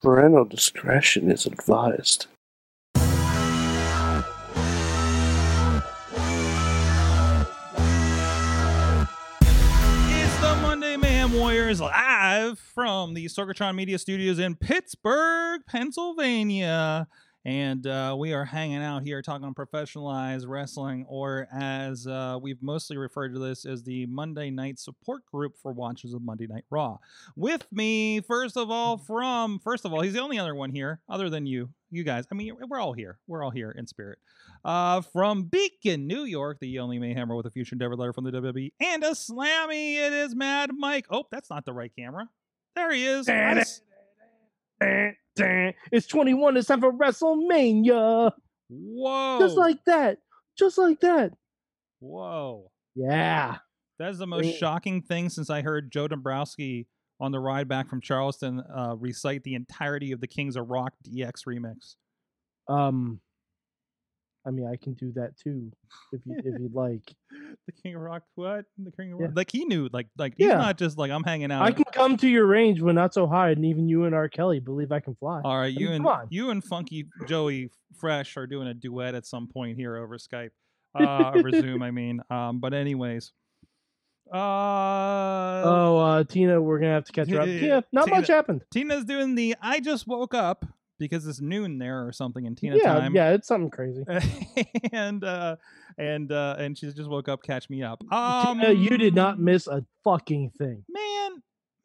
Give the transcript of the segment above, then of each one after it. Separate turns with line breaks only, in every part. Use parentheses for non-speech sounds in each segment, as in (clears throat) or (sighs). Parental discretion is advised.
It's the Monday Mayhem Warriors live from the Sorgatron Media Studios in Pittsburgh, Pennsylvania. And uh, we are hanging out here talking professionalized wrestling, or as uh, we've mostly referred to this as the Monday Night Support Group for Watches of Monday Night Raw. With me, first of all,
Mm-hmm.
from first of all, he's the only other one here, other than you, you guys. I mean, we're all here. We're all here in spirit. Uh, from Beacon, New York, the only Mayhemmer with a future endeavor letter from the WWE and a slammy. It is Mad Mike. Oh, that's not the right camera. There he is. I s-
It's 21. It's time for WrestleMania.
Whoa.
Just like that. Just like that.
Whoa.
Yeah.
That is the most
Yeah.
shocking thing since I heard Joe Dombrowski on the ride back from Charleston uh, recite the entirety of the Kings of Rock DX remix.
Um. I mean, I can do that too, if you if you'd like.
(laughs) The King of Rock, what? The King of
Yeah.
Rock. Like he knew, like, like he's
Yeah.
not just like I'm hanging out.
I can come to your range when not so high, and even you and R. Kelly believe I can fly.
All right, you
mean,
and
come on.
you and Funky Joey Fresh are doing a duet at some point here
(laughs)
over Skype, uh, over Zoom. I mean, um, but anyways, uh,
oh, uh, Tina, we're gonna have to catch her up.
Yeah,
Yeah, not
Tina.
much happened.
Tina's doing the I just woke up because it's noon there or something in Tina
Yeah,
time.
yeah, it's something crazy.
(laughs) and uh, and uh, and she just woke up. Catch me up. Um,
Tina, you did not miss a fucking thing.
man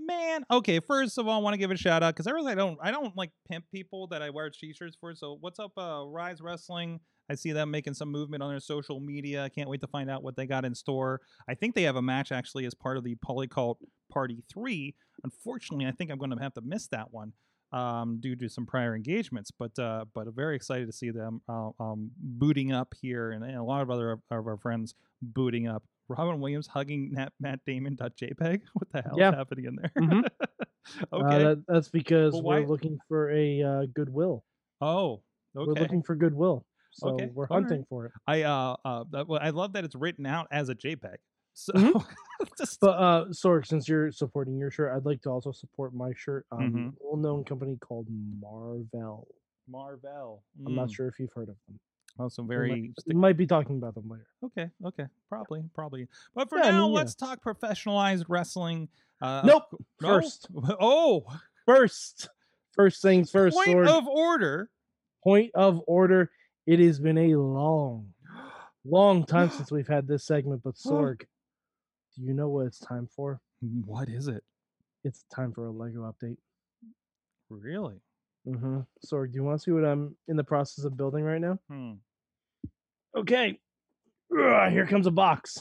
man okay first of all i want to give a shout out because i really don't i don't like pimp people that i wear t-shirts for so what's up uh rise wrestling i see them making some movement on their social media i can't wait to find out what they got in store i think they have a match actually as part of the polycult party 3 unfortunately i think i'm going to have to miss that one um, due to some prior engagements but uh but I'm very excited to see them uh, um booting up here and, and a lot of other of our friends booting up Robin Williams hugging Nat, Matt Damon. JPEG. E (laughs) What the hell
Yeah.
is happening in there? (laughs)
Mhm. Uh,
okay.
that- that's because
Well, why-
we're looking for a uh, goodwill.
oh,
We're
okay.
looking for goodwill, so
Okay,
we're
all right.
hunting for it.
I uh, uh that- well, I love that it's written out as a JPEG. So
Mhm.
(laughs) just
But uh Sorg, since you're supporting your shirt, I'd like to also support my shirt. Um
Mhm.
well known company called Marvell.
Marvel.
I'm not
Mm.
sure if you've heard of them.
Also
We might-
very
we might be talking about them later.
okay. Okay, probably, probably. But for
Yeah, I
now,
mean, yeah.
let's talk professionalized wrestling. Uh,
nope.
no?
First.
(laughs) Oh,
First. First things first,
point
Sorg.
of order.
point of order. It has been a
(gasps)
long, long time since we've had this segment, but
(gasps)
Sorg, do you know what it's time for?
What is it?
It's time for a Lego update.
Really?
Mm-hmm. Sorg, do you want to see what I'm in the process of building right now?
Hmm.
Okay. Ugh, here comes a box.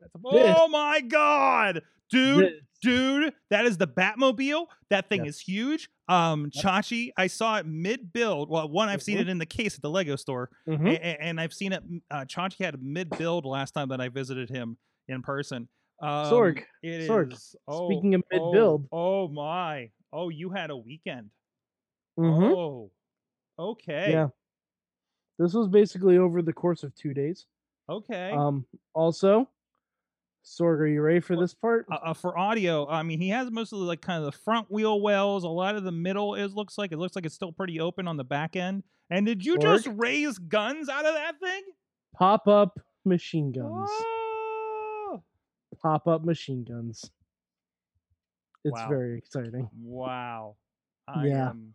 That's a- oh my god, dude!
This-
dude that is the batmobile that thing
Yep.
is huge um
Yep.
chachi i saw it mid-build well one i've seen
Mhm.
it in the case at the lego store
Mhm.
a- a- and, i've seen it uh, chachi had a mid-build last time that i visited him in person um,
Sorg,
it
Sorg,
is- oh,
speaking of
oh,
mid-build.
oh, my oh you had a weekend
Mhm.
oh okay
Yeah. This was basically over the course of two days.
okay
Um, also, Sorg, are you ready for
Well,
this part?
uh, uh, for audio, I mean, he has most of the like kind of the front wheel wells. A lot of the middle is looks like it looks like it's still pretty open on the back end. And did you just raise guns out of that thing?
Pop up machine guns.
Oh,
Pop up machine guns. It's
Wow.
very
(laughs)
exciting.
wow! I
Yeah.
am,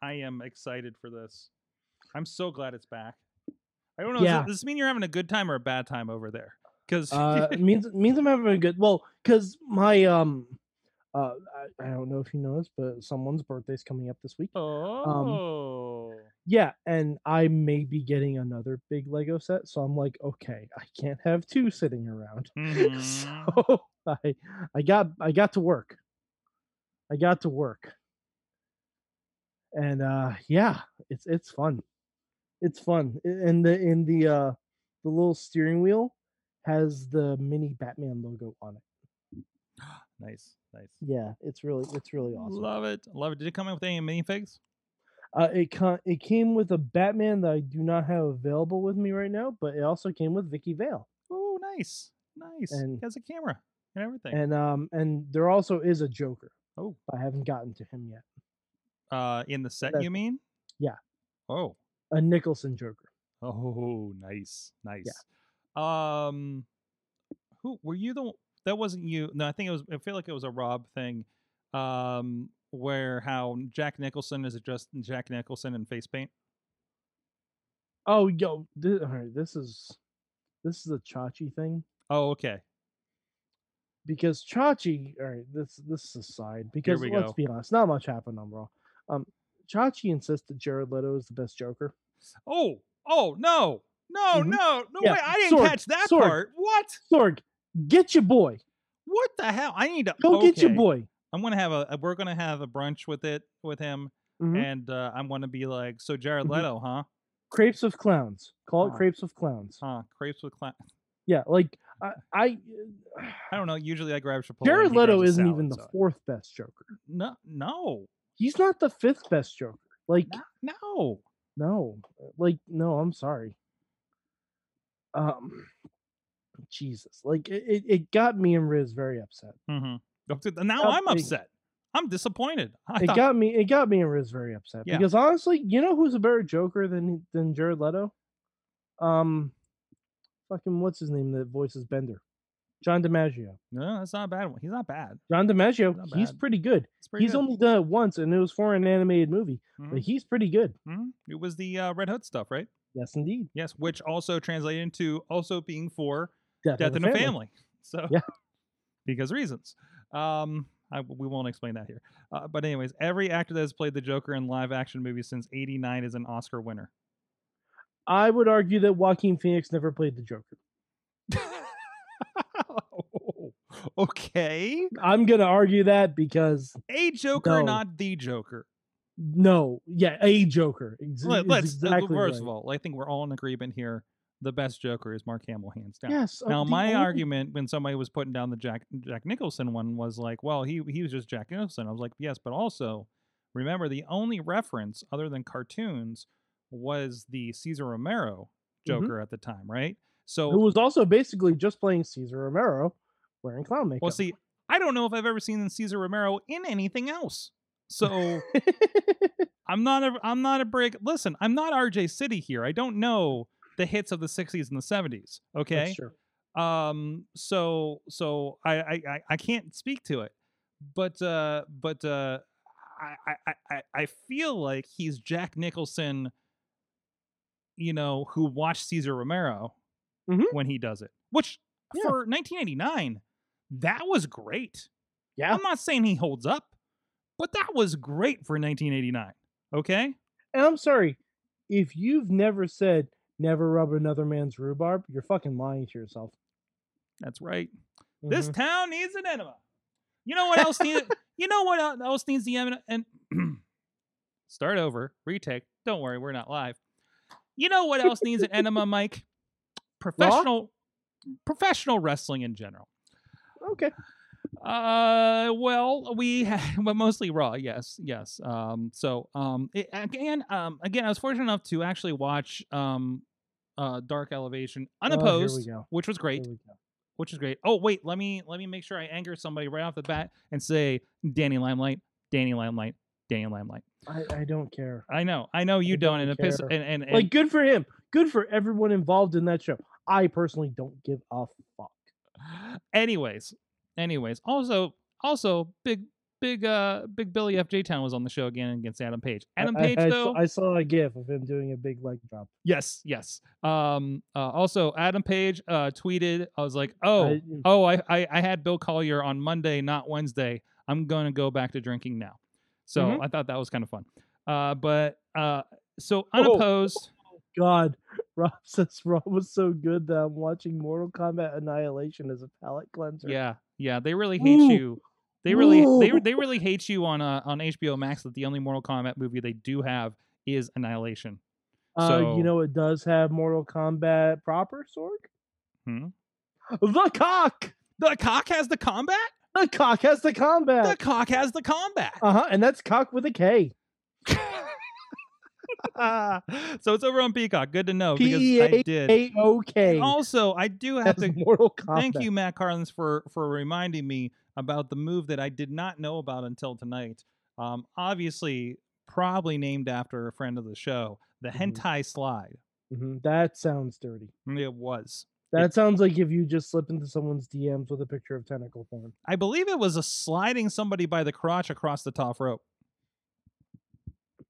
I am excited for this. I'm so glad it's back. I don't know. does it-
Yeah.
Does this mean you're having a good time or a bad time over there? (laughs) Because
Uh, it means it means I'm having a good. Well, because my um, uh, I, I don't know if you know this, but someone's birthday's coming up this week. (laughs)
oh,
Yeah, and I may be getting another big Lego set, so I'm like, okay, I can't have two sitting around. (laughs)
Mhm.
so I I got I got to work. I got to work. And uh yeah, it's it's fun. It's fun. A- And the in the uh the little steering wheel has the mini Batman logo on it.
nice, nice.
Yeah, it's really it's really (laughs) awesome.
Love it, love it. Did it come in with any minifigs?
Uh, it con- it came with a Batman that I do not have available with me right now, but it also came with Vicky Vale.
Oh, nice, nice.
And-
he has a camera and everything.
And um and there also is a Joker.
Oh.
I haven't gotten to him yet.
Uh, in the set,
That's-
you mean?
yeah.
Oh.
a Nicholson Joker.
Oh, nice, nice. Um, who were you? The that wasn't you. No, I think it was. I feel like it was a Rob thing. Um, where how Jack Nicholson is it just Jack Nicholson in face paint?
Oh, yo, this, all right, this is this is a Chachi thing
Oh, okay.
because Chachi. All right, this this is aside because
we
let's
go.
be honest, not much happened on Raw. Um, Chachi insists that Jared Leto is the best Joker.
Oh, oh no, no,
Mhm.
no, no
Yeah,
way! I didn't
sword,
catch that
sword.
part. What?
Sorg, get your boy.
What the hell? I need to
Go get your
okay.
boy.
I'm gonna have a. We're gonna have a brunch with it with him,
Mhm.
and uh, I'm gonna be like, so Jared
Mhm.
Leto, huh?
Crepes of clowns. Call it
Huh.
crepes of clowns.
Huh? Crepes with clown.
Yeah, like I, I
I don't know. Usually I grab Chipotle.
Jared
and he grabs
Leto
a
isn't
salad,
even the
so-
fourth best Joker.
No, no,
He's not the fifth best Joker. Like
no, no.
no, like no. I'm sorry. Um, Jesus, like it, it- it got me and Riz very upset.
Mhm. Don't do th- Now
Stop
I'm
being-
upset. I'm disappointed. I
It
thought-
got me. It got me and Riz very upset
Yeah.
because honestly, you know who's a better Joker than than Jared Leto? Um, fucking what's his name that voices Bender? John DiMaggio.
no, that's not a bad one. He's not bad.
John DiMaggio.
Not
He's
bad.
pretty good.
It's pretty
he's
good.
only done it once, and it was for an animated movie, but
Mhm,
he's pretty good.
mhm. It was the uh, Red Hood stuff, right?
Yes, indeed.
Yes, which also translated into also being for
Death,
death in a family. (laughs) So
Yeah.
because reasons. Um, I, we won't explain that here. Uh, but anyways, every actor that has played the Joker in live action movies since '89 is an Oscar winner.
I would argue that Joaquin Phoenix never played the Joker.
(laughs) okay,
I'm gonna argue that because
a Joker,
No.
not the Joker.
no, yeah, a Joker. Ex-
Let,
is
let's uh,
exactly
first of
right.
all, I think we're all in agreement here. The best Joker is Mark Hamill, hands down.
Yes. uh,
Now,
the
my
only-
argument when somebody was putting down the Jack Jack Nicholson one was like, well, he he was just Jack Nicholson. I was like, yes, but also remember the only reference other than cartoons was the Caesar Romero
Mhm.
Joker at the time, right? So,
who was also basically just playing Caesar Romero wearing clown makeup.
well, see, I don't know if I've ever seen Caesar Romero in anything else. So I'm not a I'm not a break. Listen, I'm not RJ City here. I don't know the hits of the 60s and the 70s. Okay,
That's true.
um so so I, I I- i can't speak to it but uh but uh I- I, I i i feel like he's jack nicholson you know who watched caesar romero
Mhm.
when he does it which
Yeah.
for 1989 that was great
Yeah,
i'm not saying he holds up but that was great for 1989 okay
and I'm sorry if you've never said never rub another man's rhubarb. You're fucking lying to yourself.
that's right
Mhm.
This town needs an enema. You know what else needs?
(laughs)
you know what el- else needs the enema? And (clears throat) start over, retake. Don't worry, we're not live. You know what else needs an
(laughs)
enema, Mike? Professional, professional wrestling in general.
Mm-hmm. okay.
Uh, well, we ha- (laughs) but mostly Raw. Yes, yes. Um, so um, it, again, um, again, I was fortunate enough to actually watch um, uh, Dark Elevation
Oh,
unopposed,
here we go.
which was
Here
great
we go.
which is great. Oh wait, let me let me make sure I anger somebody right off the bat and say Danny Limelight, Danny Limelight, Danny Limelight.
I, I don't care.
I know, I know you
I
don't,
don't
and it piss
care.
and and, and
Like, good for him. Good for everyone involved in that show. I personally don't give a fuck.
(gasps) anyways, anyways. Also, also big big uh big Billy F J Town was on the show again against Adam Page.
I-
Adam
I-
Page
I,
though,
Saw, I saw a gif of him doing a big leg drop.
yes, yes. Um, uh, also Adam Page uh tweeted, I was like, oh
I-
oh I, I i had bill collier on monday not wednesday i'm gonna go back to drinking now so
Mhm.
i thought that was kind of fun uh but uh so
Oh.
unopposed
God, (laughs) Rob says Raw was so good that I'm watching Mortal Kombat Annihilation as a palate cleanser.
yeah yeah they really hate
Ooh.
you they really they,
Ooh.
they really hate you on uh, on hbo max that the only mortal kombat movie they do have is annihilation
Uh,
so-
you know it does have Mortal Kombat proper, Sorg?
Hmm?
The cock!
the cock has the combat
The cock has the
the
combat.
cock has the combat
Uh huh, and that's cock with a K.
(laughs) so it's over on peacock good to know because i did
Uh. P A O K.
also i do have
That's
to
Mortal Kombat.
Thank you, Matt Carlins, for for reminding me about the move that I did not know about until tonight. Um, obviously, probably named after a friend of the show, the
Mhm.
Hentai Slide.
hmm That sounds dirty.
It was.
That sounds like if you just slip into someone's DMs with a picture of tentacle porn.
I believe it was a sliding somebody by the crotch across the top rope.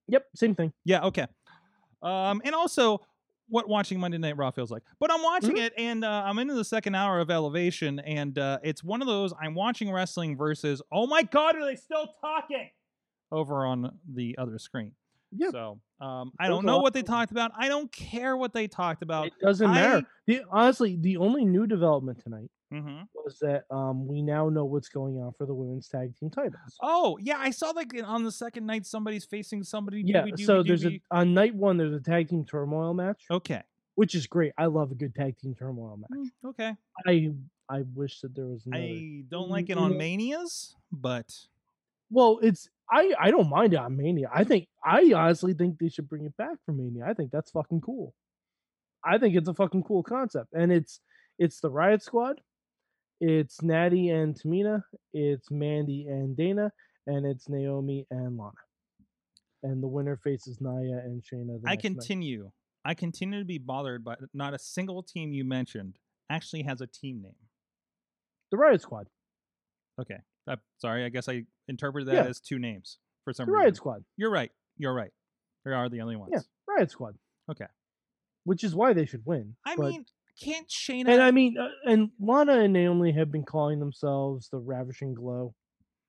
Yep, same thing.
Yeah, okay. Um, and also what watching Monday Night Raw feels like. But I'm watching
Mm-hmm.
it and uh, I'm into the second hour of Elevation and uh, it's one of those I'm watching wrestling versus oh my god are they still talking over on the other screen.
Yeah.
So um, I
There's
don't
a
know
lot
what they
going on.
talked about. I don't care what they talked about.
It doesn't matter.
I-
The, honestly, the only new development tonight
hmm
was that um, we now know what's going on for the women's tag team titles.
Oh yeah, I saw like on the second night somebody's facing somebody.
yeah,
doobie,
so
doobie,
there's
doobie.
a on night one there's a tag team turmoil match,
okay.
which is great. I love a good tag team turmoil match.
Mm, Okay.
I I wish that there was another.
I don't like it
you
on
know-
manias, but
Well, it's I I don't mind it on Mania. I think I honestly think they should bring it back for Mania. I think that's fucking cool. I think it's a fucking cool concept, and it's it's the Riot Squad, it's Natty and Tamina, it's Mandy and Dana, and it's Naomi and Lana, and the winner faces Naya and Shayna. The next
I
night.
continue. I continue to be bothered by not a single team you mentioned actually has a team name.
the Riot Squad,
Uh, sorry, I guess I interpreted that
Yeah.
as two names for some
the
reason.
Riot Squad,
You're right. You're right. They are the only ones.
Riot Squad.
Okay.
which is why they should win.
I
but-
mean, can't Shayna?
And I mean, uh, and Lana and Naomi have been calling themselves the Ravishing Glow,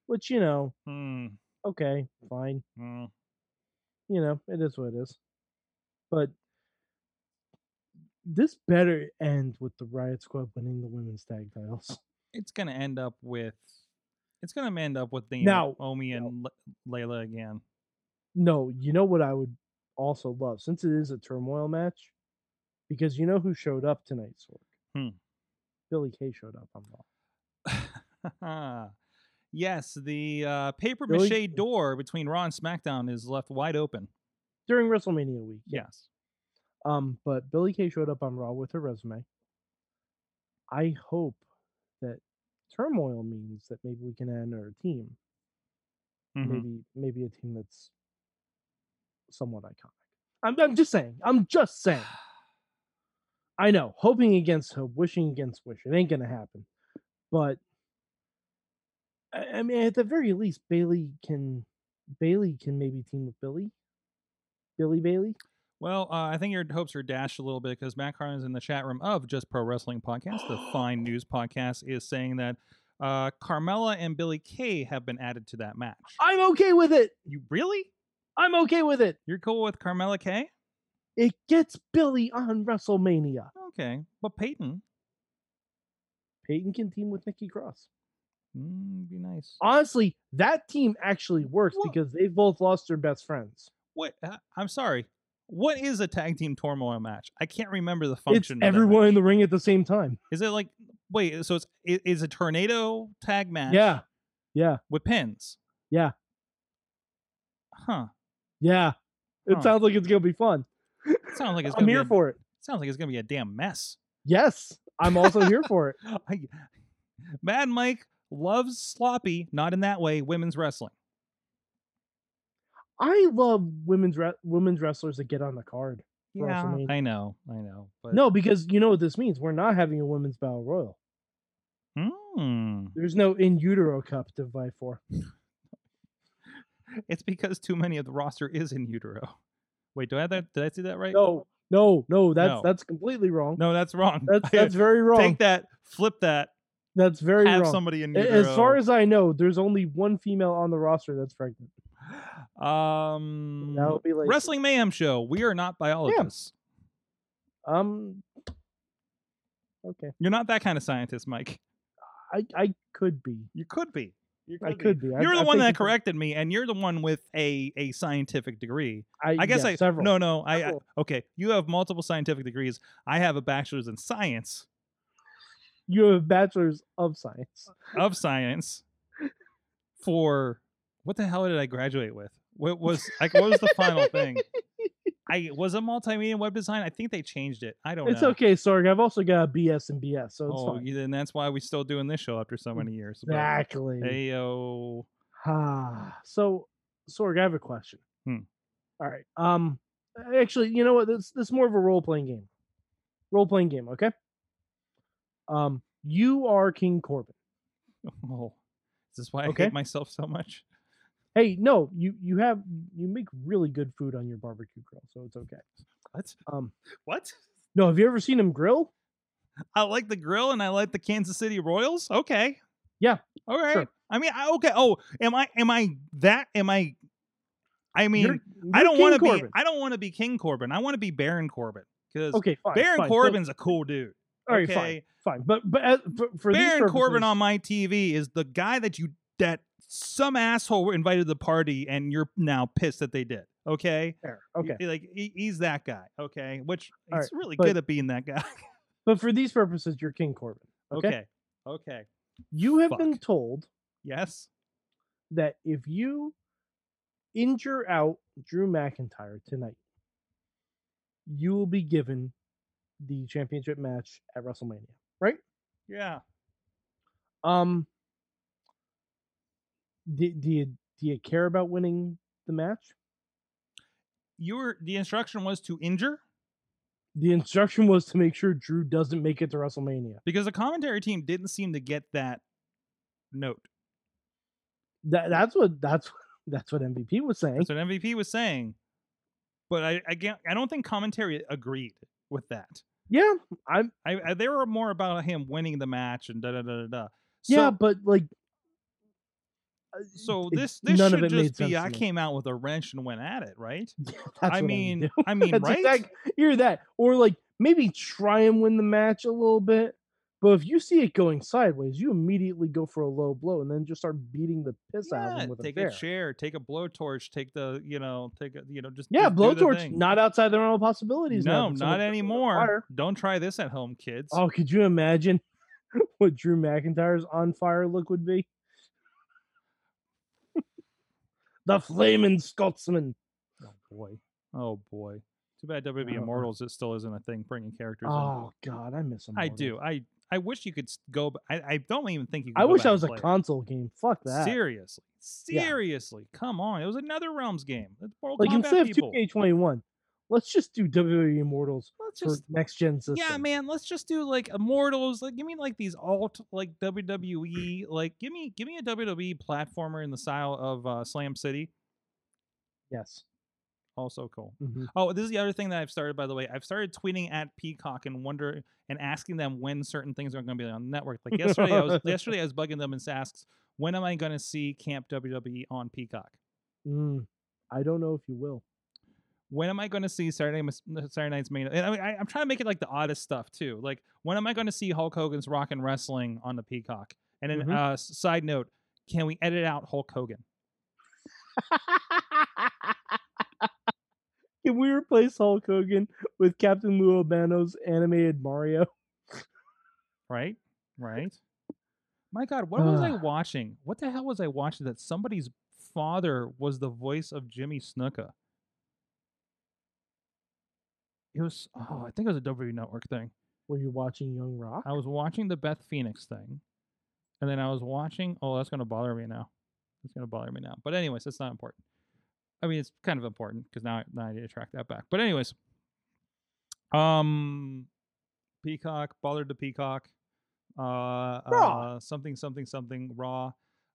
which you know,
Hmm,
okay, fine,
hmm.
you know, it is what it is. But this better end with the Riot Squad winning the women's tag titles.
it's gonna end up with. It's gonna end up with the
Now-
Omi
now-
and Le- Layla again. (laughs)
No, you know what I would also love, since it is a turmoil match, because you know who showed up tonight, Sork.
Hmm.
Billy Kay showed up on Raw.
yes, the uh, paper
Really?
mache door between Raw and SmackDown is left wide open.
during WrestleMania week. yeah.
Yes.
Um, but Billy Kay showed up on Raw with her resume. I hope that turmoil means that maybe we can add another team.
Mhm.
Maybe maybe a team that's somewhat iconic. I'm I'm just saying. I'm just saying. I know, hoping against hope, wishing against wish. It ain't gonna happen. But I, I mean, at the very least, Bailey can Bailey can maybe team with Billy. Billy Bailey.
Well, uh, I think your hopes are dashed a little bit because Matt Carlin is in the chat room of Just Pro Wrestling Podcast, the fine news podcast, is saying that uh, Carmella and Billy Kay have been added to that match.
I'm okay with it.
you really?
I'm okay with it.
You're cool with Carmella Kay?
It gets Billy on WrestleMania.
Okay, but Peyton,
Peyton can team with Nikki Cross.
mm, be nice.
Honestly, that team actually works
Well-
because they've both lost their best friends.
What? uh, I'm sorry. What is a tag team turmoil match? I can't remember the function.
it's
of that
everyone in
match.
the ring at the same time.
Is it like wait? So it's it is a tornado tag match?
Yeah. Yeah.
with pins.
Yeah.
Huh.
Yeah. It
Huh.
sounds like it's going to be fun.
Sounds like it's
I'm
gonna be
here
a-
for it.
Sounds like it's gonna be a damn mess. (gasps)
Yes. I'm also here for it. (laughs)
I- Mad Mike loves sloppy, not in that way, women's wrestling.
I love women's re- women's wrestlers that get on the card. For WrestleMania.
I know, I know. But
No, because you know what this means. We're not having a women's battle royal.
Mm.
There's no in utero cup to vie for.
it's because too many of the roster is in utero. Wait, do I have that? Did I see that right?
No, no, no. That's
No.
that's completely wrong.
no, that's wrong. (laughs)
That's that's very wrong.
Take that, flip that,
That's very
have
wrong.
somebody in
A-
utero.
As far as I know, there's only one female on the roster that's pregnant.
(gasps) um,
That would be like
wrestling mayhem show. We are not biologists.
Um. Okay,
You're not that kind of scientist, Mike.
I I could be.
You could be. You
I could be. I-
You're the
I
one
think
that
it's a-
corrected me, and you're the one with a a scientific degree. I guess
yeah,
I
several.
no no I, I
Several.
okay. You have multiple scientific degrees. I have a bachelor's in science
You have a bachelor's of science.
of science. For what the hell did I graduate with? What was like? What was the
(laughs)
final thing? I was a multimedia and web design. I think they changed it. I don't
It's
know.
okay, Sorg. I've also got a BS and BS, so it's
Oh,
fine.
you- then that's why we're still doing this show after so many years. but-
Exactly.
Hey yo. (laughs)
Ah. So, Sorg, I have a question.
Hmm.
All right. Um, actually, you know what? This this is more of a role playing game. Role playing game. Okay. Um, you are King Corbin.
Oh, is this why I
Okay.
hate myself so much?
Hey, no, you you have you make really good food on your barbecue grill, so it's okay.
What?
Um,
What?
no, have you ever seen him grill?
I like the grill and I like the Kansas City Royals. Okay.
Yeah,
All right.
sure.
I mean, I, okay. Oh, am I? Am I that? Am I? I mean,
You're-
I
you're
don't want to
King
be.
Corbin.
I don't want to be King Corbin. I want to be Baron Corbin because
Okay, fine.
Baron
fine. so-
Corbin's a cool dude.
all right,
okay.
fine, fine. But but as, for, for these
Baron Corbin
purposes-
on my TV is the guy that you that some asshole invited to the party and you're now pissed that they did. Okay.
Fair, Okay.
He- Like he, he's that guy. Okay. Which
All
he's really
but-
good at being that guy. (laughs)
But for these purposes, you're King Corbin. Okay.
okay. Okay.
You have been
Fuck.
told
Yes.
that if you injure out Drew McIntyre tonight, you will be given the championship match at WrestleMania.
Yeah.
Um, do, do you do you care about winning the match?
Your the instruction was to injure
The instruction was to make sure Drew doesn't make it to WrestleMania.
because the commentary team didn't seem to get that note.
That that's what that's (laughs) that's what MVP was saying.
That's what MVP was saying. But I I, can't- I don't think commentary agreed with that.
Yeah, I'm
I, I they were more about him winning the match and da da da da da.
yeah,
So-
but like, (laughs) uh,
So
it-
this this
none of
should
it made
just
sense
be
to
I
me.
came out with a wrench and went at it, right?
that's what
I
would
mean,
do. (laughs)
I mean,
That's
right?
exact- either that or like maybe try and win the match a little bit. But if you see it going sideways, you immediately go for a low blow and then just start beating the piss out of
Yeah,
him with
take
a chair.
a chair, take a blowtorch, take the you know, take a you know, just
yeah,
just do the
blowtorch
thing.
not outside the realm of possibilities. now
No,
that someone
not
sets it on
anymore.
fire.
Don't try this at home, kids.
Oh, could you imagine (laughs) what Drew McIntyre's on fire look would be? (laughs) the flaming Scotsman.
Oh boy. Oh boy. Too bad WWE
Uh-uh.
Immortals it still isn't a thing bringing characters
Oh God, I miss him.
in. I do. I I wish you could s- go b- I, I don't even think you could
I
go
wish
back
that was a
and play it.
console game. Fuck that.
Seriously.
Yeah.
Seriously. Come on. It was another Realms game. It's Mortal
like
Kombat
instead of
people.
2K21, let's just do WWE Immortals
Let's
for
just
next gen system.
Yeah, man, let's just do like Immortals. Like, give me like these alt like WWE. Like, give me give me a WWE platformer in the style of uh, Slam City.
Yes.
Also cool.
Mhm.
Oh, this is the other thing that I've started. By the way, I've started tweeting at Peacock and wonder and asking them when certain things are going to be on the network. Like yesterday, I was yesterday I was bugging them and asks when am I going to see Camp WWE on Peacock?
Mm, I don't know if you
(laughs)
will.
when am I going to see Saturday Mas- uh, Saturday Night's main? And I mean, I, I'm trying to make it like the oddest stuff too. Like, when am I going to see Hulk Hogan's Rock and Wrestling on the Peacock? And then,
Mhm.
uh, s- side note, can we edit out Hulk Hogan?
Can we replace Hulk Hogan with Captain Lou Albano's animated Mario? (laughs)
Right, right. My God, what was I
Ugh.
watching? What the hell was I watching? That somebody's father was the voice of Jimmy Snuka. It was oh, I think it was a W Network thing.
Were you watching Young Rock?
I was watching the Beth Phoenix thing, and then I was watching. Oh, that's gonna bother me now. It's gonna bother me now. But anyways, that's not important. I mean, it's kind of important because now, I- now I need to track that back. But anyways, um, Peacock bothered the Peacock. Uh,
Raw.
uh something something something raw.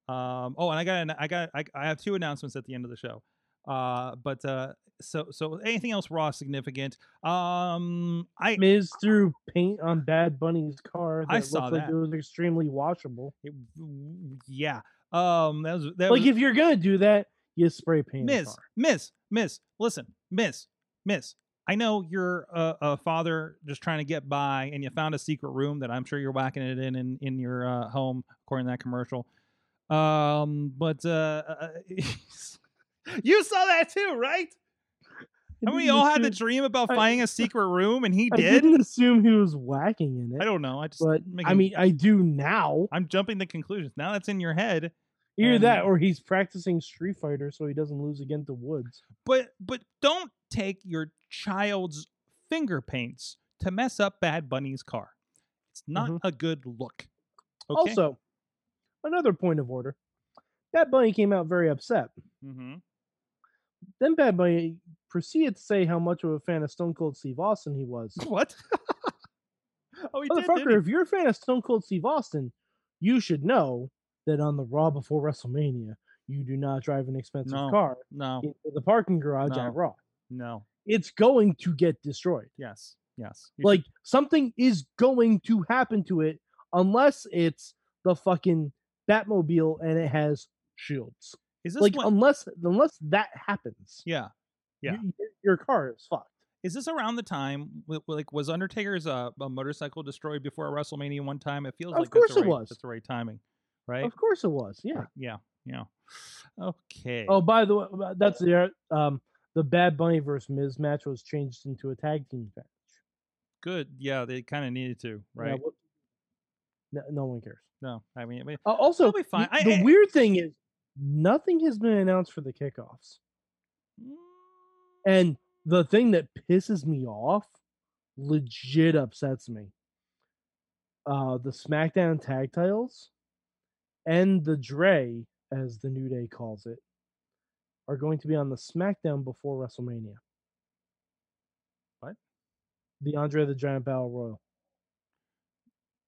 Um, oh, and I got an, I got I, I have two announcements at the end of the show. Uh, but uh, so so anything else raw significant? Um, I
Miz threw paint on Bad Bunny's car. That
I saw
looked like
that.
It was extremely washable.
It, w- yeah. Um. That was that
Like
was,
if you're gonna do that, you spray paint. the
Miss
car.
Miss Miss. Listen, Miss Miss. I know you're a, a father just trying to get by, and you found a secret room that I'm sure you're whacking it in in, in your uh, home, according to that commercial. Um. But uh, uh, (laughs) you saw that too, right?
I
And we
didn't
all had the
assume-
dream about
I-
finding a secret room, and he
I
did.
didn't assume he was whacking in it.
I don't know. I just
but I
making-
mean, I do now.
I'm jumping to conclusions now. That's in your head.
Either that,
and-
or he's practicing Street Fighter so he doesn't lose again to Woods.
but but don't take your child's finger paints to mess up Bad Bunny's car. It's not
Mhm.
a good look. Okay?
Also,
Mm-hmm.
(laughs) another point of order: Bad Bunny came out very upset,
Mhm.
Then Bad Bunny proceeded to say how much of a fan of Stone Cold Steve Austin he was. (laughs)
What? oh, he did, didn't
Motherfucker, if you're a fan of Stone Cold Steve Austin, you should know that on the Raw before WrestleMania, you do not drive an expensive
No.
car
he? No,
into the parking garage
No.
at Raw.
no.
It's going to get destroyed.
Yes, yes. You-
Like something is going to happen to it unless it's the fucking Batmobile and it has shields.
is this
Like um
when-
unless unless that happens,
yeah. Yeah.
y- y- your car is fucked.
Is this around the time w- w- like was Undertaker's uh, a motorcycle destroyed before a WrestleMania one time? It feels
Of
like that's the
course it
right-
was.
That's the right timing, right?
Of course it was. Yeah.
Yeah, yeah. Okay.
Oh, by the way, uh, that's the uh, um the Bad Bunny versus Miz match was changed into a tag team match.
good. Yeah, they kind of needed to,
Yeah,
right?
what- no, no one cares.
no, I mean, I mean-
Uh, also,
be fine.
y-
I- eh
the
I-
weird thing is nothing has been announced for the kickoffs.
Mm.
And the thing that pisses me off, legit upsets me. Uh, the SmackDown tag titles and the Dre, as the New Day calls it, are going to be on the SmackDown before WrestleMania.
What?
The Andre the Giant Battle Royal.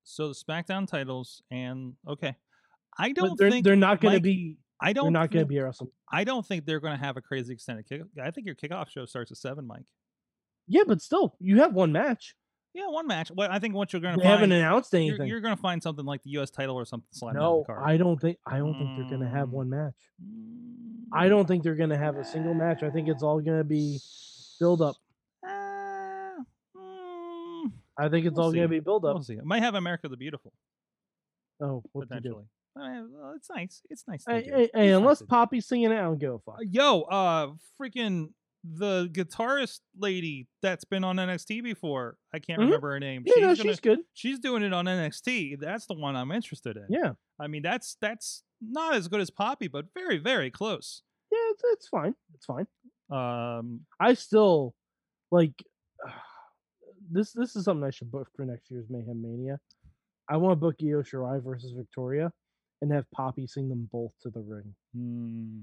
so the SmackDown titles and okay, I
But
don't
they're,
think
they're not going to
Mike,
be.
I
They're
don't
not going to
think-
be at WrestleMania.
I don't think they're going to have a crazy extended kick. I think your kickoff show starts at seven, Mike.
Yeah, but still, you have one match.
Yeah, one match. Well, I think what you're going to
They haven't
find
announced anything.
you're, you're going to find something like the U.S. title or something sliding on the
no,
card.
I don't think. I don't think they're going to have
Mm.
one match.
Mm,
I don't think they're going to have a single match. I think it's all going to be build up.
uh, mm,
I think it's
We'll
all going to
see.
be build up.
We'll see. It might have America the Beautiful
Oh, what do you do?
potentially. Uh, well, it's nice. It's nice. they
Hey,
do.
hey,
It's
hey,
nice
unless
they do.
Poppy's singing it, I don't give a fuck.
Uh, Yo, uh, freaking the guitarist lady that's been on NXT before. I can't
Mhm.
remember her name.
Yeah, no,
gonna-
she's good.
she's doing it on NXT. That's the one I'm interested in.
Yeah,
I mean, that's that's not as good as Poppy, but very very close.
yeah, it's, it's fine. It's fine.
Um,
I still like (sighs) this. This is something I should book for next year's Mayhem Mania. I want to book Io Shirai versus Victoria, and have Poppy sing them both to the ring.
hmm.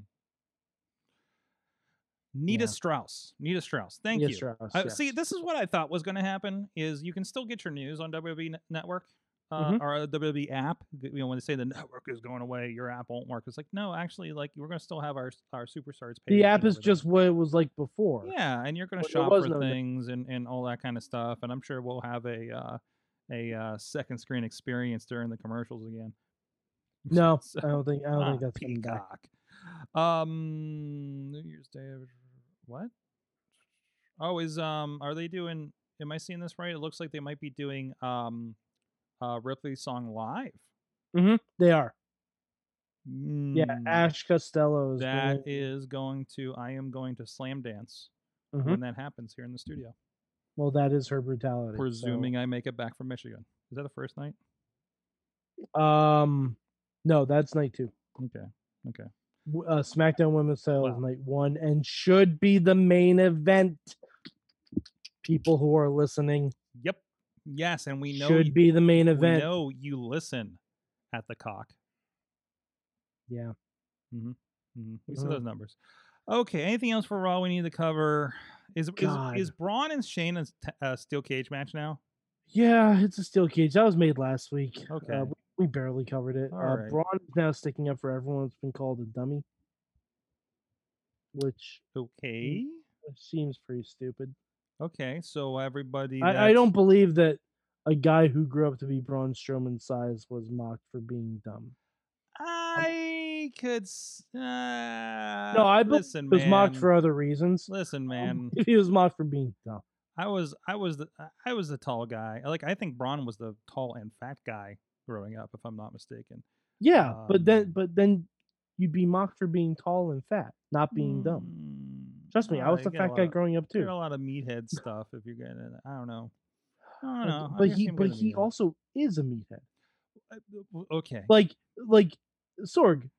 Nita
Yeah.
Strauss. Nita Strauss. Thank
Yes,
you.
Strauss,
Uh,
yes.
See, this is what I thought was going to happen: is you can still get your news on WWE Net- Network uh,
Mhm.
or the WWE app. You know, when they say the network is going away, your app won't work. It's like, no, actually, like we're going to still have our our superstars. Page
the app
and
is
everything.
just what it was like before.
yeah, and you're going to
when there
shop
was
for
no net-
things and and all that kind of stuff. And I'm sure we'll have a uh, a uh, second screen experience during the commercials again.
No,
So-
I don't think. I don't think
Ah,
that's coming back.
Peacock. Um, New Year's Day. of- What? Oh, is um, are they doing? Am I seeing this right? It looks like they might be doing um, uh, Ripley's song live.
They are. Yeah,
Mm,
Ash Costello is. the
that
one-
is going to. I am going to slam dance
Mhm.
when that happens here in the studio.
Well, that is her brutality. so-
Presuming I make it back from Michigan. Is that the first night?
Um, no, that's night two.
Okay. Okay.
W- Uh, SmackDown Women's Title is
Wow.
night one and should be the main event. People who are listening
Yep. Yes, and we know
should
you,
be the main
we
event.
know you listen at the cock.
Yeah.
hmm We see
Mhm.
those numbers. Okay. Anything else for Raw we need to cover? Is is,
God.
is Braun and Shane a, t- a steel cage match now?
Yeah, it's a steel cage. That was made last week. Uh,
Okay.
we, we barely covered it.
All
uh,
right.
Braun is now sticking up for everyone that's been called a dummy, which
Okay.
which seems pretty stupid.
Okay. So everybody,
I, I
that's-
don't believe that a guy who grew up to be Braun Strowman's size was mocked for being dumb.
I could. s- Uh,
No, I believe
Ah, listen,
he was mocked
man.
for other reasons.
Listen,
I don't
man.
believe (laughs) he was mocked for being dumb.
I was I was the I- I was the tall guy. Like I think Braun was the tall and fat guy growing up, if I'm not mistaken.
Yeah, but then
Um,
but then you'd be mocked for being tall and fat, not being dumb.
Mm,
Trust me, I
uh,
was
you
the
get a
fat
lot
guy
of-
growing up
you get
too.
a lot of meathead stuff if you're getting it. I don't know. I don't
Like,
know. I
but
guess
he
I'm good
but
at
he
meathead.
also is a meathead.
Uh, w- okay.
Like like Sorg,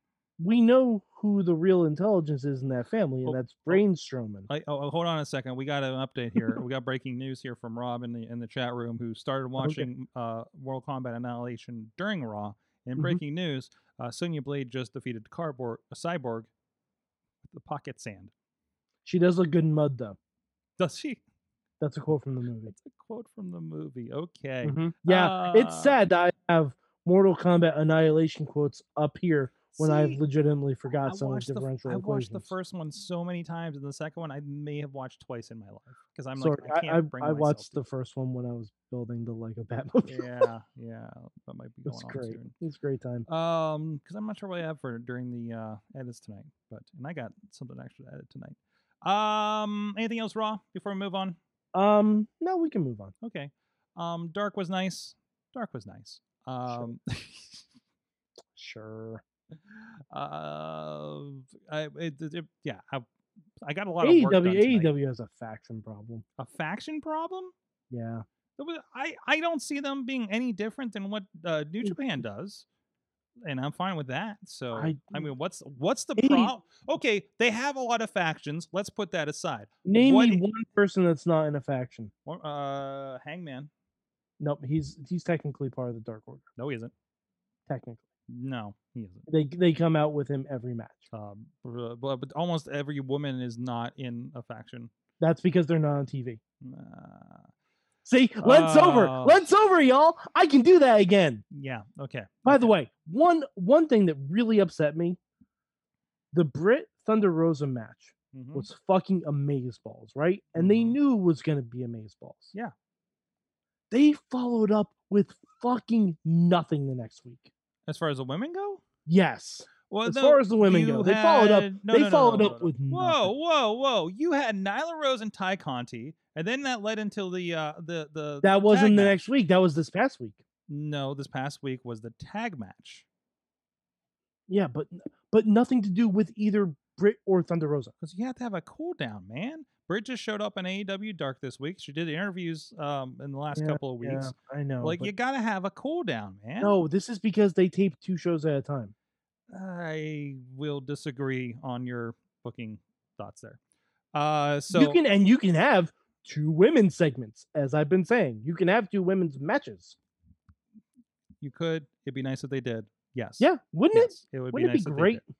we know who the real intelligence is in that family,
Oh,
and that's Brainstroman.
I, oh, oh, hold on a second. We got an update here. we got breaking news here from Rob in the in the chat room who started watching uh, World Combat Annihilation during Raw. And
Mhm.
breaking news: uh, Sonya Blade just defeated Cardboard a Cyborg with the pocket sand.
She does look good in mud, though.
Does she?
That's a quote from the movie.
That's a quote from the movie. Okay.
Mhm. Yeah,
Uh,
it's sad that I have Mortal Kombat Annihilation quotes up here when I've
See,
legitimately forgot some of the
watched the,
differential
I watched
equations.
the first one so many times, and the second one I may have watched twice in my life because I'm
Sorry,
like I can't
I,
bring
I,
myself
watched
to
the first one when I was building the Lego (laughs) Batmobile.
(laughs) yeah, yeah, that might be going
It's
on
great.
soon.
It's a great time.
Um, because I'm not sure what I have for during the uh edits tonight, but and I got something extra to edit tonight. Um, anything else raw before we move on?
Um, no, we can move on.
Okay. Um, dark was nice. Dark was nice. Um, (laughs)
Sure.
uh, I it, it, it- yeah, I, I got a lot of work done
AEW
tonight.
AEW has a E faction problem.
A faction problem?
Yeah.
There was- I, I don't see them being any different than what uh, New
Mm.
Japan does, and I'm fine with that. So I,
I-
mean, what's what's the
Hey.
problem? Okay, they have a lot of factions. Let's put that aside.
Name
What
me
i-
one person that's not in a faction.
Or, uh, Hangman?
Nope, he's he's technically part of the Dark Order.
No, he isn't.
Technically,
No, he isn't.
they they come out with him every match.
Um, br- but, but almost every woman is not in a faction.
That's because they're not on TV.
Uh,
See, Lent's over.
Oh.
Lent's over, y'all. I can do that again.
yeah. Okay.
By the
okay.
way, one one thing that really upset me, the Brit Thunder Rosa match
Mhm.
was fucking amazeballs, right? And they
Mhm.
knew it was gonna be amazeballs.
Yeah.
They followed up with fucking nothing the next week.
as far as the women go,
Yes.
well,
as
no,
far as the women
you
go, they followed up.
had- no,
they
no, no,
followed
no, no,
up
no.
with
Whoa, whoa, whoa! You had Nyla Rose and Ty Conti, and then that led into the uh, the the.
That wasn't the
match.
next week. That was this past week.
No, this past week was the tag match
Yeah, but but nothing to do with either Brit or Thunder Rosa.
because you have to have a cool down, man. Britt just showed up on AEW Dark this week. She did interviews um in the last
Yeah,
couple of weeks.
Yeah, I know.
like
but
you gotta have a cool down, man.
no, this is because they tape two shows at a time.
I will disagree on your booking thoughts there. Uh, so
you can and you can have two women's segments, as I've been saying. You can have two women's matches.
you could. It'd be nice if they did. Yes.
Yeah, wouldn't it?
Yes, It would
Wouldn't it be
be nice if they
great?
did.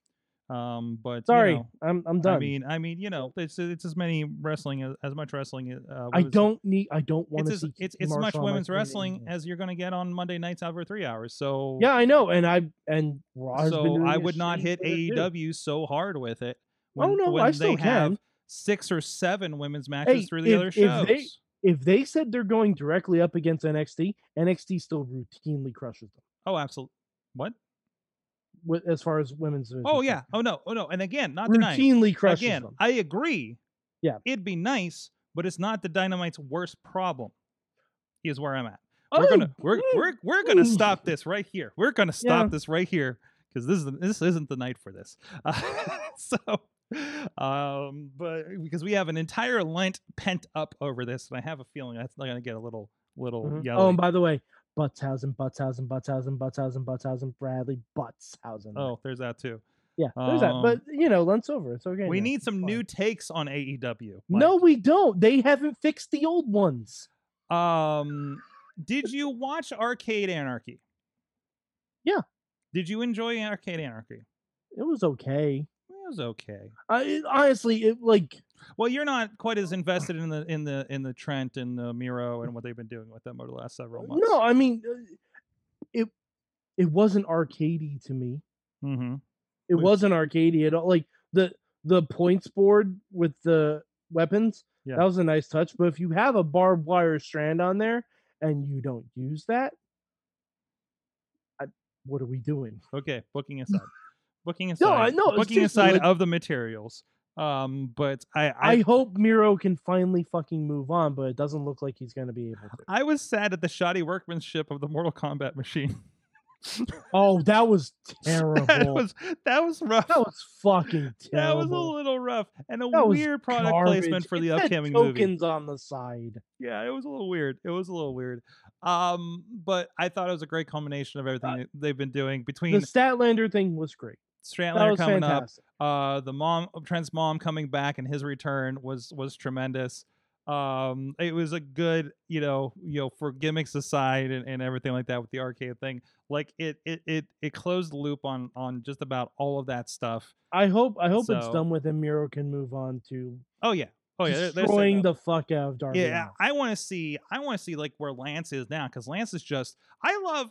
Um, but you
Sorry,
know,
I'm I'm done.
I
I,
mean, I mean, you know, it's it's as many wrestling as, as much wrestling. Uh, women's-
don't need. I don't want
It's
to
as
see.
it's
Kiki
it's as much
Marshall on my
women's
screen
wrestling
anymore.
as you're going to get on Monday nights out for three hours. So
Yeah, I know, and I and Raw has been
so
doing
I
this
would not
shit
hit E
with it, too.
AEW so hard with it.
Oh, no, I still
they have
can.
six or seven women's matches
Hey,
through the
if-
other shows.
if they- If they said they're going directly up against NXT, NXT still routinely crushes them.
Oh, absolutely. What?
wi- As far as women's, division
Oh
is
yeah.
concerned.
Oh no. Oh no. And again, not denying.
routinely crushes
Again,
them.
I agree.
Yeah.
It'd be nice, but it's not the Dynamite's worst problem. Is where I'm at.
Oh,
we're gonna we're
mm,
we're we're gonna
mm.
stop this right here. We're gonna stop
Yeah.
this right here because this is this isn't the night for this. (laughs) Uh, so, um, but because we have an entire Lent pent up over this, and I have a feeling that's not gonna get a little little
Mhm.
yelly.
Oh, and by the way, Buttshausen, Buttshausen, Buttshausen, Buttshausen, Buttshausen, Bradley Buttshausen.
Oh, there's that too.
yeah, there's that.
um,
But you know, lunch over. It's okay.
we
now,
need
it's
some
fine.
new takes on E AEW.
No, we don't. They haven't fixed the old ones.
No. Um, did you watch Arcade Anarchy?
Yeah.
Did you enjoy Arcade Anarchy?
It was okay.
It was okay.
I it, honestly, it like
Well, you're not quite as invested in the in the in the Trent and the Miro and what they've been doing with them over the last several months.
no. I mean, uh, it it wasn't arcadey to me.
Mm-hmm.
It
Wait.
wasn't arcadey at all. Like the the points board with the weapons.
Yeah.
That was a nice touch. But if you have a barbed wire strand on there and you don't use that, I, what are we doing?
Okay,
(laughs)
booking aside, booking aside,
No, I- no, it's
booking
seriously,
aside
like-
of the materials. Um, but I I,
I hope Miro can finally fucking move on, but it doesn't look like he's gonna be able
(sighs)
to.
I was sad at the shoddy workmanship of the Mortal Kombat machine. (laughs)
Oh, (laughs) that was terrible.
that was that was rough.
that was fucking terrible.
That was a little rough and a
That was
weird product placement
garbage.
for the
It said
upcoming
tokens
movie.
on the side.
Yeah, it was a little weird. It was a little weird. Um, but I thought it was a great combination of everything
Uh,
that they've been doing
The
between
Statlander thing was great. That
Stratlander
was
coming up,
fantastic.
uh the mom Trent's mom coming back and his return was was tremendous. um it was a good you know you know for gimmicks aside and, and everything like that with the arcade thing like it it it it closed the loop on on just about all of that stuff
I hope I hope it's
So-
done with and Miro can move on to
oh yeah oh yeah they're- they're setting
destroying
up.
the fuck out of Darby.
yeah
Allin.
i want to see i want to see like where lance is now because lance is just i love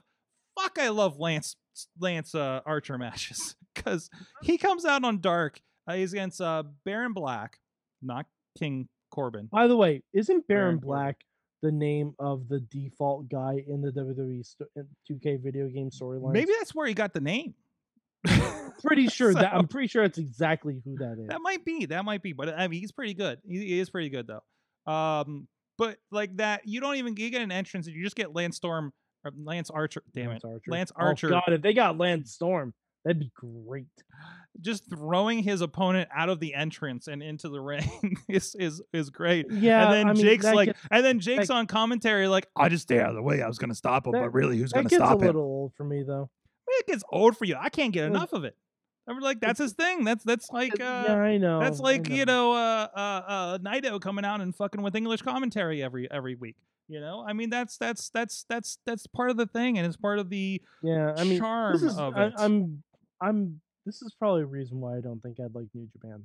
fuck i love lance lance uh, archer matches (laughs) because he comes out on dark uh, he's against uh baron black not king corbin
By the way, isn't Baron
Baron Corbin.
Black the name of the default guy in the WWE sto- in 2K video game storyline?
maybe that's where he got the name (laughs)
pretty sure that
So-
I'm pretty sure that's exactly who that is.
That might be. That might be. But I mean, he's pretty good. He, he is pretty good though. Um, but like that, you don't even you get an entrance. You just get Lance Storm, or Lance Archer. Damn
Lance
it,
Archer.
Lance
Oh,
Archer.
God, if they got Lance Storm, that'd be great.
just throwing his opponent out of the entrance and into the (laughs) ring is is is great.
Yeah,
and then
I mean,
Jake's
that
like,
gets,
and then Jake's
like-
on commentary like, I just stay out of the way. I was gonna stop him,
That-
but really, who's
that
gonna
gets a
stop him?
little old for me though.
It gets old for you. I can't get
Like-
enough of it. I'm like, that's his thing. That's that's like, uh,
yeah, I know.
That's
I
like you know uh, uh, uh, Naito coming out and fucking with English commentary every every week. You know, I mean that's that's that's that's that's part of the thing, and it's part of the
Yeah, I mean,
charm
this is,
of
I,
it.
I'm, I'm. This is probably a reason why I don't think I'd like New Japan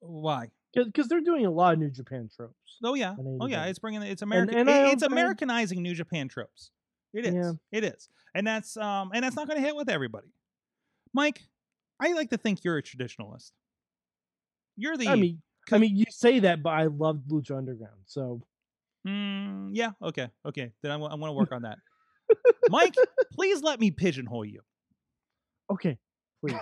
Why?
because they're doing a lot of New Japan tropes.
Oh yeah,
And
oh yeah.
AEW.
It's bringing it's American.
and
it-
I
it's
don't think-
Americanizing New Japan tropes. It is.
Yeah. Mm.
It is, and that's um and that's not going to hit with everybody. Mike, I like to think you're a traditionalist. You're the
I mean, I
could-
mean, you say that, but I loved Lucha Underground, so
Mm, yeah. Okay. Okay. Then I want to work
(laughs)
on that. Mike, please let me pigeonhole you.
okay,
(laughs)
please.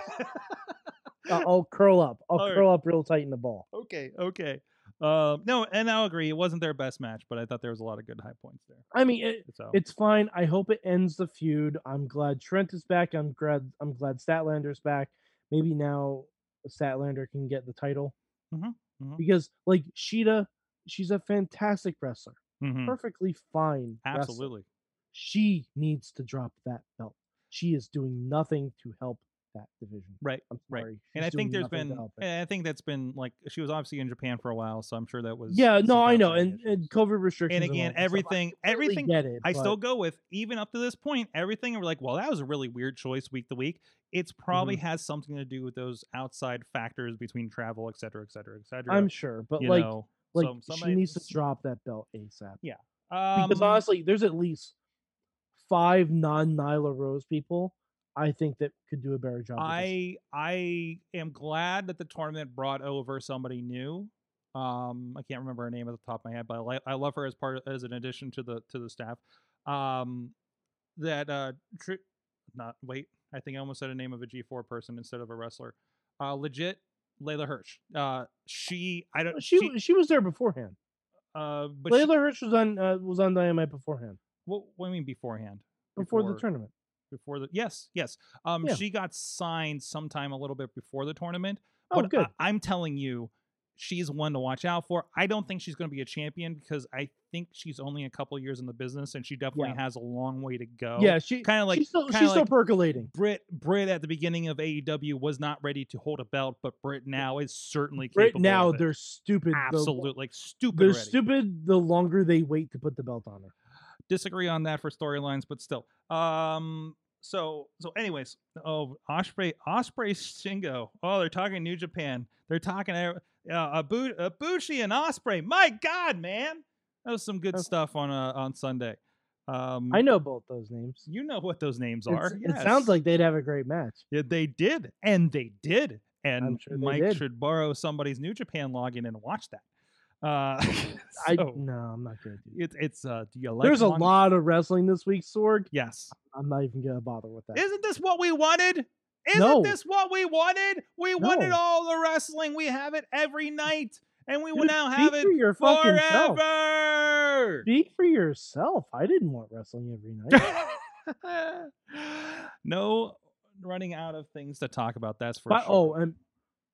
I'll, I'll curl up. I'll
All right.
curl up real tight in the ball.
okay. Okay. Um, no, and I'll agree. It wasn't their best match, but I thought there was a lot of good high points there.
I mean, it,
So
it's fine. I hope it ends the feud. I'm glad Trent is back. I'm glad. I'm glad Statlander's back. Maybe now Statlander can get the title
Mhm, mhm.
because, like Sheeta, she's a fantastic wrestler,
Mhm,
perfectly fine. wrestler.
absolutely.
she needs to drop that belt. She is doing nothing to help that division.
Right,
I'm
right.
sorry.
And I
She's doing
think there's
nothing to
been,
help it.
and I think that's been like she was obviously in Japan for a while, so I'm sure that was.
yeah, no,
some
I know,
outside
and,
issues.
and COVID restrictions.
and
all
again,
that stuff.
everything,
I completely
everything
Get it,
I
but
still go with even up to this point, everything we're like, well, that was a really weird choice week to week. It's probably
Mm-hmm.
has something to do with those outside factors between travel, et cetera, et cetera, et cetera.
I'm sure, but
you
like,
know,
like
so
she
somebody-
needs to drop that belt ASAP.
um,
Because honestly, there's at least five non Nyla Rose people I think that could do a better job. with this.
I I am glad that the tournament brought over somebody new. Um, I can't remember her name at the top of my head, but I, li- I love her as part of, as an addition to the to the staff. Um, that uh, tri- not wait, I think I almost said a name of a G four person instead of a wrestler. Uh, legit, Layla Hirsch. Uh, she I don't
she wa- she was there beforehand.
uh, but she,
Layla Hirsch was on uh, was on Dynamite beforehand
what, what do you mean beforehand?
before, the
Before-
tournament.
Before the yes, yes. Um,
Yeah.
she got signed sometime a little bit before the tournament.
Oh,
but
good.
I, am telling you, she's one to watch out for. I don't think she's going to be a champion because I think she's only a couple years in the business, and she definitely has a long way to go.
yeah, she
kind of like
she's still
kinda
she's still
like-
percolating.
Britt. Britt at the beginning of AEW was not ready to hold a belt, but Britt now is certainly
Right
capable
now,
of it.
they're stupid. the-
absolute like stupid.
They're
ready.
stupid. The longer they wait to put the belt on her.
Disagree on that for storylines, but still. Um. So so. Anyways, oh Osprey Osprey Shingo. Oh, they're talking New Japan. They're talking uh, Abu Abushi and Osprey. My God, man, that was some good
Okay.
stuff on uh, on Sunday. Um,
I know both those names.
you know what those names
It's-
are.
It sounds
yes.
like they'd have a great match.
Yeah, they did, and they did, and
sure they
Mike
did.
should borrow somebody's New Japan login and watch that. Uh, (laughs)
I
so
no, I'm not gonna do. That.
it's it's uh. Do you like?
There's a
long-
lot of wrestling this week, Sorg.
Yes.
I'm not even gonna bother with that.
Isn't this what we wanted? Isn't
No.
this what we wanted? We wanted
No.
all the wrestling. We have it every night, and we will
Dude,
now
speak
have it
for your fucking self.
forever.
Speak for yourself. I didn't want wrestling
(laughs)
every night.
no running out of things to talk about. That's for
but
sure.
oh, and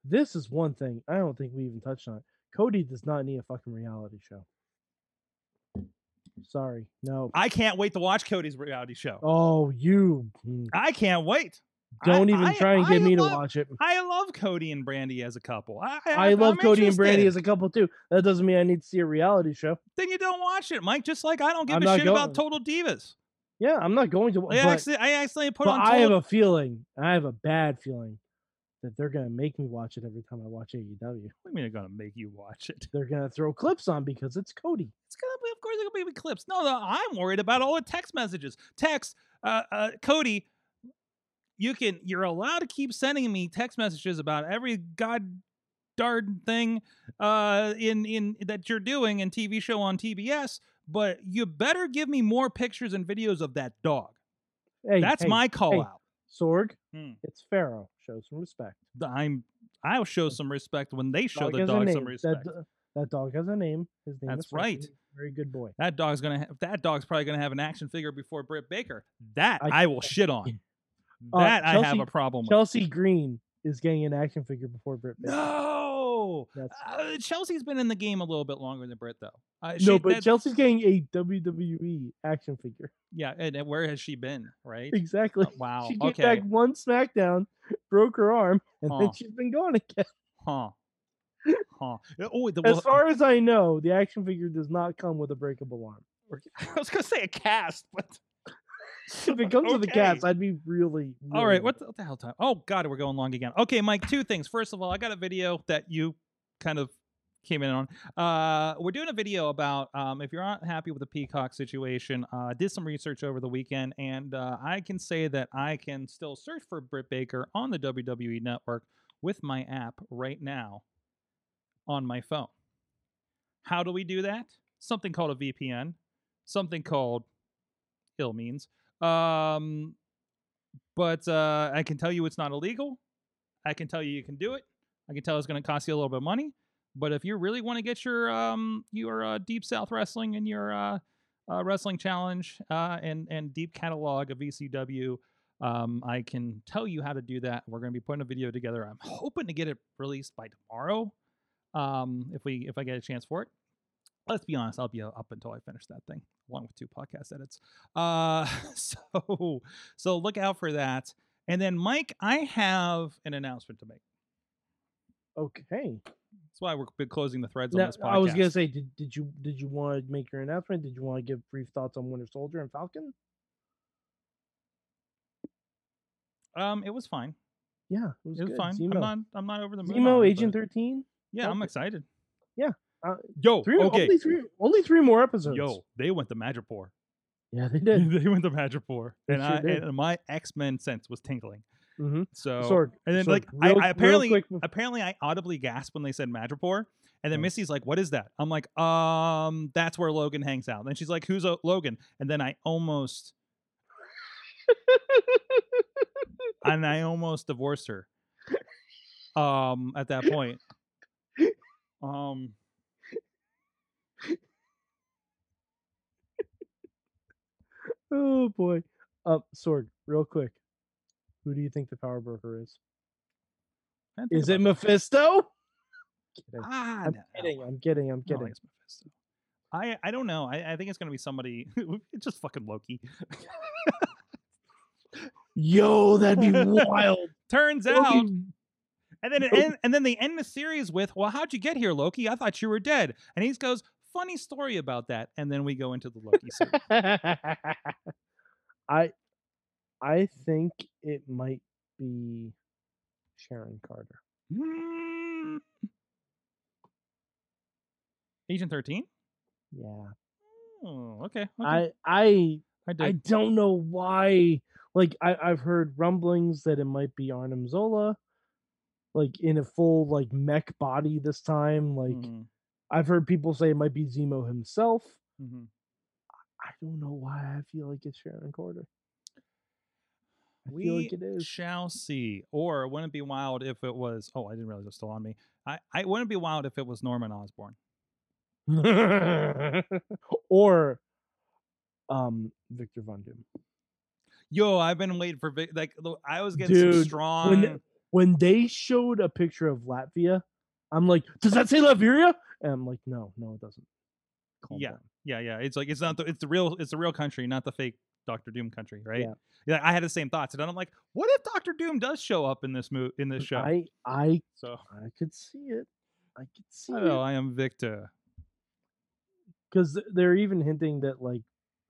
this is one thing I don't think we even touched on. Cody does not need a fucking reality show. Sorry, no.
I can't wait to watch Cody's reality show.
Oh, you. mm,
I can't wait.
Don't
I-
even
I-
try and
I
get me
love-
to watch it.
I love Cody and Brandy as a couple. I,
I love
I'm
Cody and Brandy
interested.
as a couple too. That doesn't mean I need to see a reality show.
then you don't watch it, Mike. Just like I don't give
I'm
a
not
shit about Total Divas.
Yeah, I'm not going to. wa-
I
but-
actually, I accidentally put
but
on.
I have
Total-
a feeling, I have a bad feeling that they're gonna make me watch it every time I watch AEW.
What do you mean they're gonna make you watch it? (laughs)
They're gonna throw clips on because it's Cody.
It's gonna be, of course, it's gonna be clips. No, no, I'm worried about all the text messages. Text, uh, uh, Cody. You can. You're allowed to keep sending me text messages about every god darn thing uh, in in that you're doing and TV show on TBS. But you better give me more pictures and videos of that dog.
Hey,
That's
hey,
my call
hey.
out.
Sorg.
Hmm.
It's Pharaoh. Show some respect.
th- I'm I'll show some respect when they show the
has a
dog
name.
some
That
respect. That,
do- That dog has a name. His name
That's
is Pharaoh.
right. Oh
He's a Very good boy.
dog's gonna ha- that dog's probably gonna have an action figure before Britt Baker. That I,
I-
will shit on.
Uh,
That I have
Chelsea-
a problem with.
Chelsea Green is getting an action figure before Britt Baker.
No,
That's-
uh, Chelsea's been in the game a little bit longer than Britt though. Uh,
no,
(laughs) she-
but
that-
Chelsea's getting a WWE action figure. (laughs)
yeah, and, and where has she been? Right?
Exactly.
Uh, wow.
She came
Okay.
back one SmackDown, broke her arm, and
Huh.
then she's been gone
(laughs)
again.
Huh.
(laughs)
Huh. Yeah, Oh, the, well,
As far as I know, the action figure does not come with a breakable arm. (laughs)
(laughs) I was gonna say a cast, but
If it comes with a cast,
Okay.
I'd be really.
All
really
right, what the, what the hell time? Oh God, we're going long again. Okay, Mike, two things. First of all, I got a video that you kind of came in on. Uh, we're doing a video about um, if you're not happy with the Peacock situation. Uh, did some research over the weekend, and uh, I can say that I can still search for Britt Baker on the WWE Network with my app right now on my phone. How do we do that? Something called a VPN. Something called ill means. Um, but uh, I can tell you it's not illegal. I can tell you you can do it. I can tell it's going to cost you a little bit of money. But if you really want to get your um your uh, deep south wrestling and your uh, uh, wrestling challenge uh, and and deep catalog of VCW, um, I can tell you how to do that. We're going to be putting a video together. I'm hoping to get it released by tomorrow, um, if we if I get a chance for it. Let's be honest, I'll be up until I finish that thing, along with two podcast edits. Uh, (laughs) so so look out for that. And then, Mike, I have an announcement to make.
Okay.
That's why we're b- closing the threads on
Now,
this podcast.
I was gonna say, did, did you did you want to make your announcement? Did you want to give brief thoughts on Winter Soldier and Falcon?
um, it was fine.
Yeah, it was,
It was
good.
fine.
Zemo,
I'm not. I'm not over the moon. on
Zemo
it,
Agent
but-
Thirteen.
Yeah, I'm
okay.
excited.
Yeah, uh,
Yo.
Three,
Oh, okay.
only three, only three more episodes.
Yo, they went to Madripoor.
(laughs) yeah, they
(laughs)
did.
they went to Madripoor,
They
and
sure
I
did.
and my X Men sense was tingling.
Mm-hmm.
So
Sword,
and then
Sorg,
like I-
real-
I,
real
apparently
quick bef-
apparently I audibly gasped when they said Madripoor, and then
Oh.
Missy's like, "What is that?" I'm like, "Um, that's where Logan hangs out." And then she's like, "Who's o- Logan?" And then I almost, and I almost divorced her. Um, at that point, um.
Oh boy. Uh, Sword, real quick. Who do you think the power broker is?
I didn't think
Is it
about
Mephisto?
that.
Kidding.
Ah,
I'm
no.
kidding. I'm kidding. I'm
I don't
kidding.
think it's Mephisto. I, I don't know. I, I think it's gonna be somebody. (laughs) it's just fucking Loki.
Yo, that'd
(laughs)
be wild.
Turns out,
Loki-
And then it
Nope.
end, and then they end the series with, "Well, how'd you get here, Loki? I thought you were dead." And he goes, "Funny story about that." And then we go into the
(laughs)
Loki series. (laughs)
I I think it might be Sharon Carter.
Mm. Agent Thirteen.
Yeah.
Oh, okay. okay.
I I
I
I
did.
don't know why. Like I, I've heard rumblings that it might be Arnim Zola, like in a full like mech body this time. Like
Mhm,
I've heard people say it might be Zemo himself.
mhm.
I don't know why I feel like it's Sharon Carter. I
We
feel like it is.
shall see. Or wouldn't it be wild if it was? Oh, I didn't realize it was still on me. I, I wouldn't it be wild if it was Norman Osborn.
(laughs) or um Victor Von Doom.
Yo, I've been waiting for Vic- like lo- I was getting some
Dude,
strong.
When when they showed a picture of Latvia, I'm like, does that say Latveria? And I'm like, no, no, it doesn't. Calm
Yeah.
down.
Yeah, yeah. It's like it's not the it's the real it's the real country, not the fake Doctor Doom country, right?
Yeah.
Yeah, I had the same thoughts, and then I'm like, what if Doctor Doom does show up in this mo- in this show?
Mm, I I
so
I could see it. I could see
hello,
it
I am Victor.
because they're even hinting that like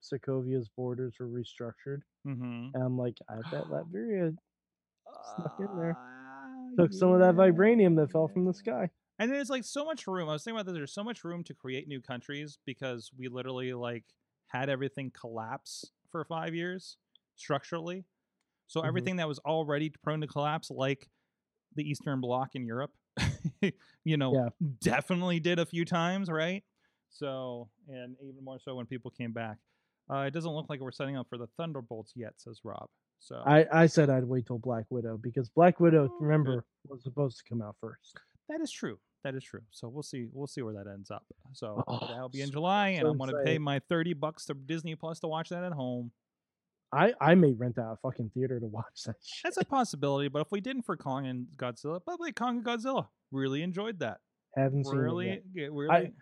Sokovia's borders were restructured,
Mm-hmm.
and I'm like, I
(gasps)
bet Latveria Snuck in there.
Uh,
took some of that vibranium that fell from the sky.
And there's like so much room. I was thinking about this. There's so much room to create new countries because we literally like had everything collapse for five years structurally. So
Mhm.
everything that was already prone to collapse, like the Eastern Bloc in Europe, (laughs) you know,
Yeah.
definitely did a few times, right? So, and even more so when people came back. Uh, it doesn't look like we're setting up for the Thunderbolts yet, says Rob. So
I I said I'd wait till Black Widow because Black Widow,
Oh, good.
remember, was supposed to come out first.
That is true. That is true. So we'll see. We'll see where that ends up. So
Oh,
that'll be in
so-
July, and
so
I'm going to pay
excited.
my thirty bucks to Disney Plus to watch that at home.
I I may rent out a fucking theater to watch that shit.
That's a possibility. But if we didn't for Kong and Godzilla, but wait, Kong and Godzilla really enjoyed that.
Haven't seen it yet.
Really, yeah, really.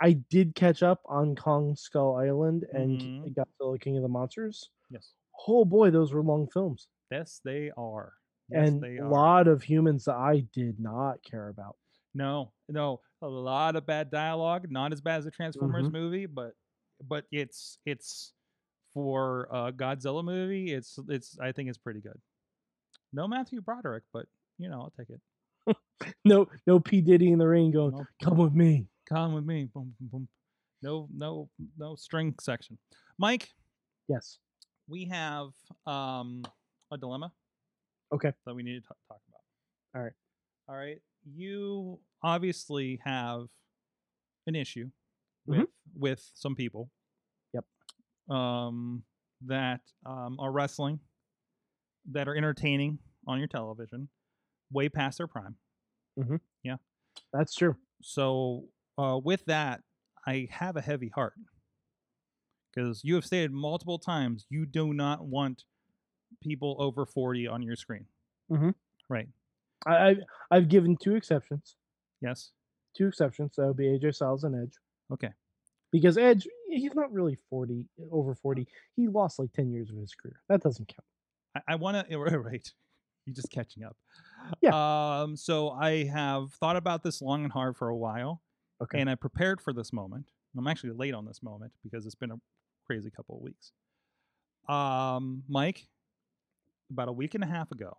I did catch up on Kong Skull Island and K-
Mhm.
Godzilla King of the Monsters.
yes,
Oh boy, those were long films.
yes, they are. Yes,
and
they
a
are.
lot of humans that I did not care about.
No, no, a lot of bad dialogue. Not as bad as the Transformers movie, but but it's it's for a Godzilla movie. It's it's I think it's pretty good. No Matthew Broderick, but you know I'll take it.
No, no P Diddy in the rain going,
No,
"Come with me."
come with me. Boom, boom, boom. No, no, no string section. Mike,
Yes.
we have um a dilemma.
Okay.
That we need to ta- talk about.
All right.
All right. You obviously have an issue with
Mhm.
with some people.
Yep.
Um that um are wrestling that are entertaining on your television way past their prime.
That's true.
So uh, with that, I have a heavy heart because you have stated multiple times you do not want people over 40 on your screen.
I, I I've given two exceptions.
Yes.
Two exceptions. That would be AJ Styles and Edge.
Okay.
Because Edge, he's not really forty over forty. He lost like ten years of his career. That doesn't count.
I, I want to. (laughs) Right. You're just catching up.
Yeah.
Um, so I have thought about this long and hard for a while,
Okay.
and I prepared for this moment. I'm actually late on this moment because it's been a crazy couple of weeks. Um, Mike, about a week and a half ago,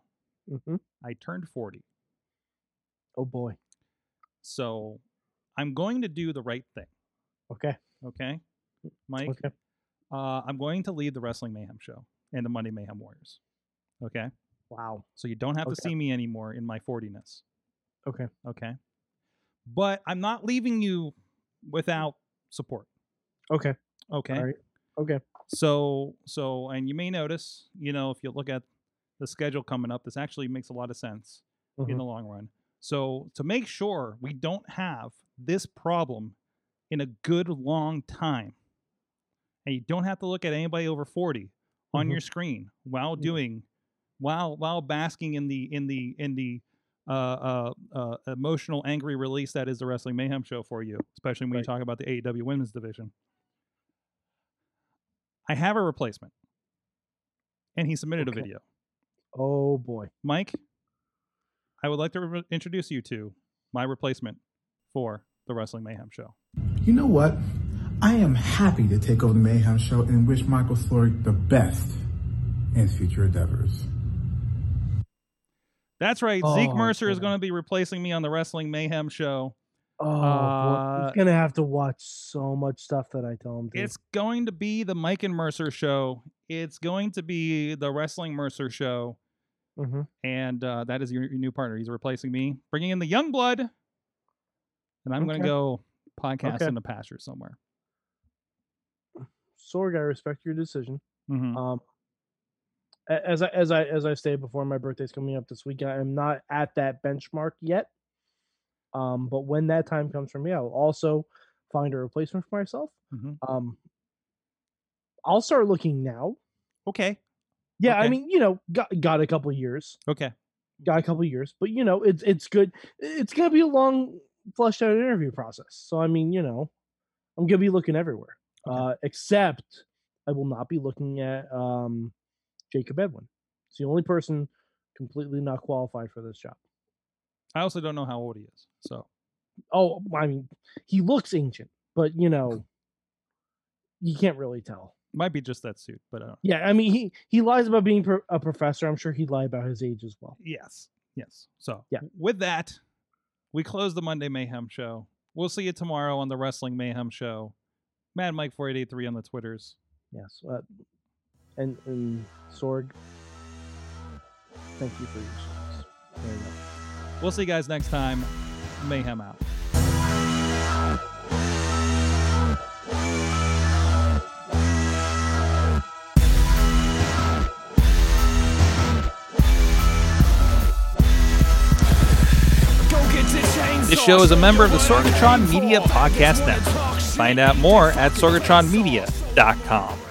hmm
I turned 40.
Oh boy.
So I'm going to do the right thing.
Okay.
Okay. Mike,
Okay.
uh, I'm going to lead the Wrestling Mayhem show and the Monday Mayhem Warriors. Okay.
Wow.
So you don't have to
Okay.
see me anymore in my 40ness.
Okay.
Okay. But I'm not leaving you without support.
Okay.
Okay.
All right. Okay.
So, so, and you may notice, you know, if you look at the schedule coming up, this actually makes a lot of sense in
Mhm.
the long run. So, to make sure we don't have this problem in a good long time, and you don't have to look at anybody over 40 on
Mhm.
your screen while
Mhm.
doing, while while basking in the in the in the uh, uh, uh, emotional angry release that is the Wrestling Mayhem show for you, especially when you
Right.
talk about the AEW Women's Division. I have a replacement, and he submitted
Okay.
a video.
Oh boy.
Mike, I would like to re- introduce you to my replacement for the Wrestling Mayhem Show.
You know what? I am happy to take over the Mayhem Show and wish Michael Sorg the best in his future endeavors.
That's right. Zeke
Oh,
Mercer is
boy.
going to be replacing me on the Wrestling Mayhem Show.
Oh, boy.
Uh,
he's gonna have to watch so much stuff that I tell him to.
It's going to be the Mike and Mercer Show. It's going to be the Wrestling Mercer Show.
hmm
And uh, that is your, your new partner. He's replacing me, bringing in the young blood. And I'm going
Okay.
to go podcast
Okay.
in the pasture somewhere.
Sorg, I respect your decision.
Mhm.
Um, a- as I as I as I stated before, my birthday's coming up this week. I am not at that benchmark yet. Um, but when that time comes for me, I will also find a replacement for myself.
Mhm.
Um, I'll start looking now.
Okay.
Yeah, I
Okay.
mean, you know, got got a couple of years,
Okay.
got a couple of years, but you know, it's it's good. It's gonna be a long, fleshed out interview process. So I mean, you know, I'm gonna be looking everywhere,
Okay.
uh, except I will not be looking at um, Jacob Edwin. It's the only person completely not qualified for this job.
I also don't know how old he is. So
Oh, I mean, he looks ancient, but you know, you can't really tell.
might be just that suit, but uh, I don't.
Yeah, I mean, he he lies about being pro- a professor. I'm sure he'd lie about his age as well.
Yes. Yes. So
Yeah.
with that, we close the Monday Mayhem show. We'll see you tomorrow on the Wrestling Mayhem show. Mad Mike 4883 on the Twitters.
Yes, uh, and and Sorg, thank you for your service. Very much.
We'll see you guys next time. Mayhem out.
This show is a member of the Sorgatron Media Podcast Network. Find out more at sorgatronmedia.com.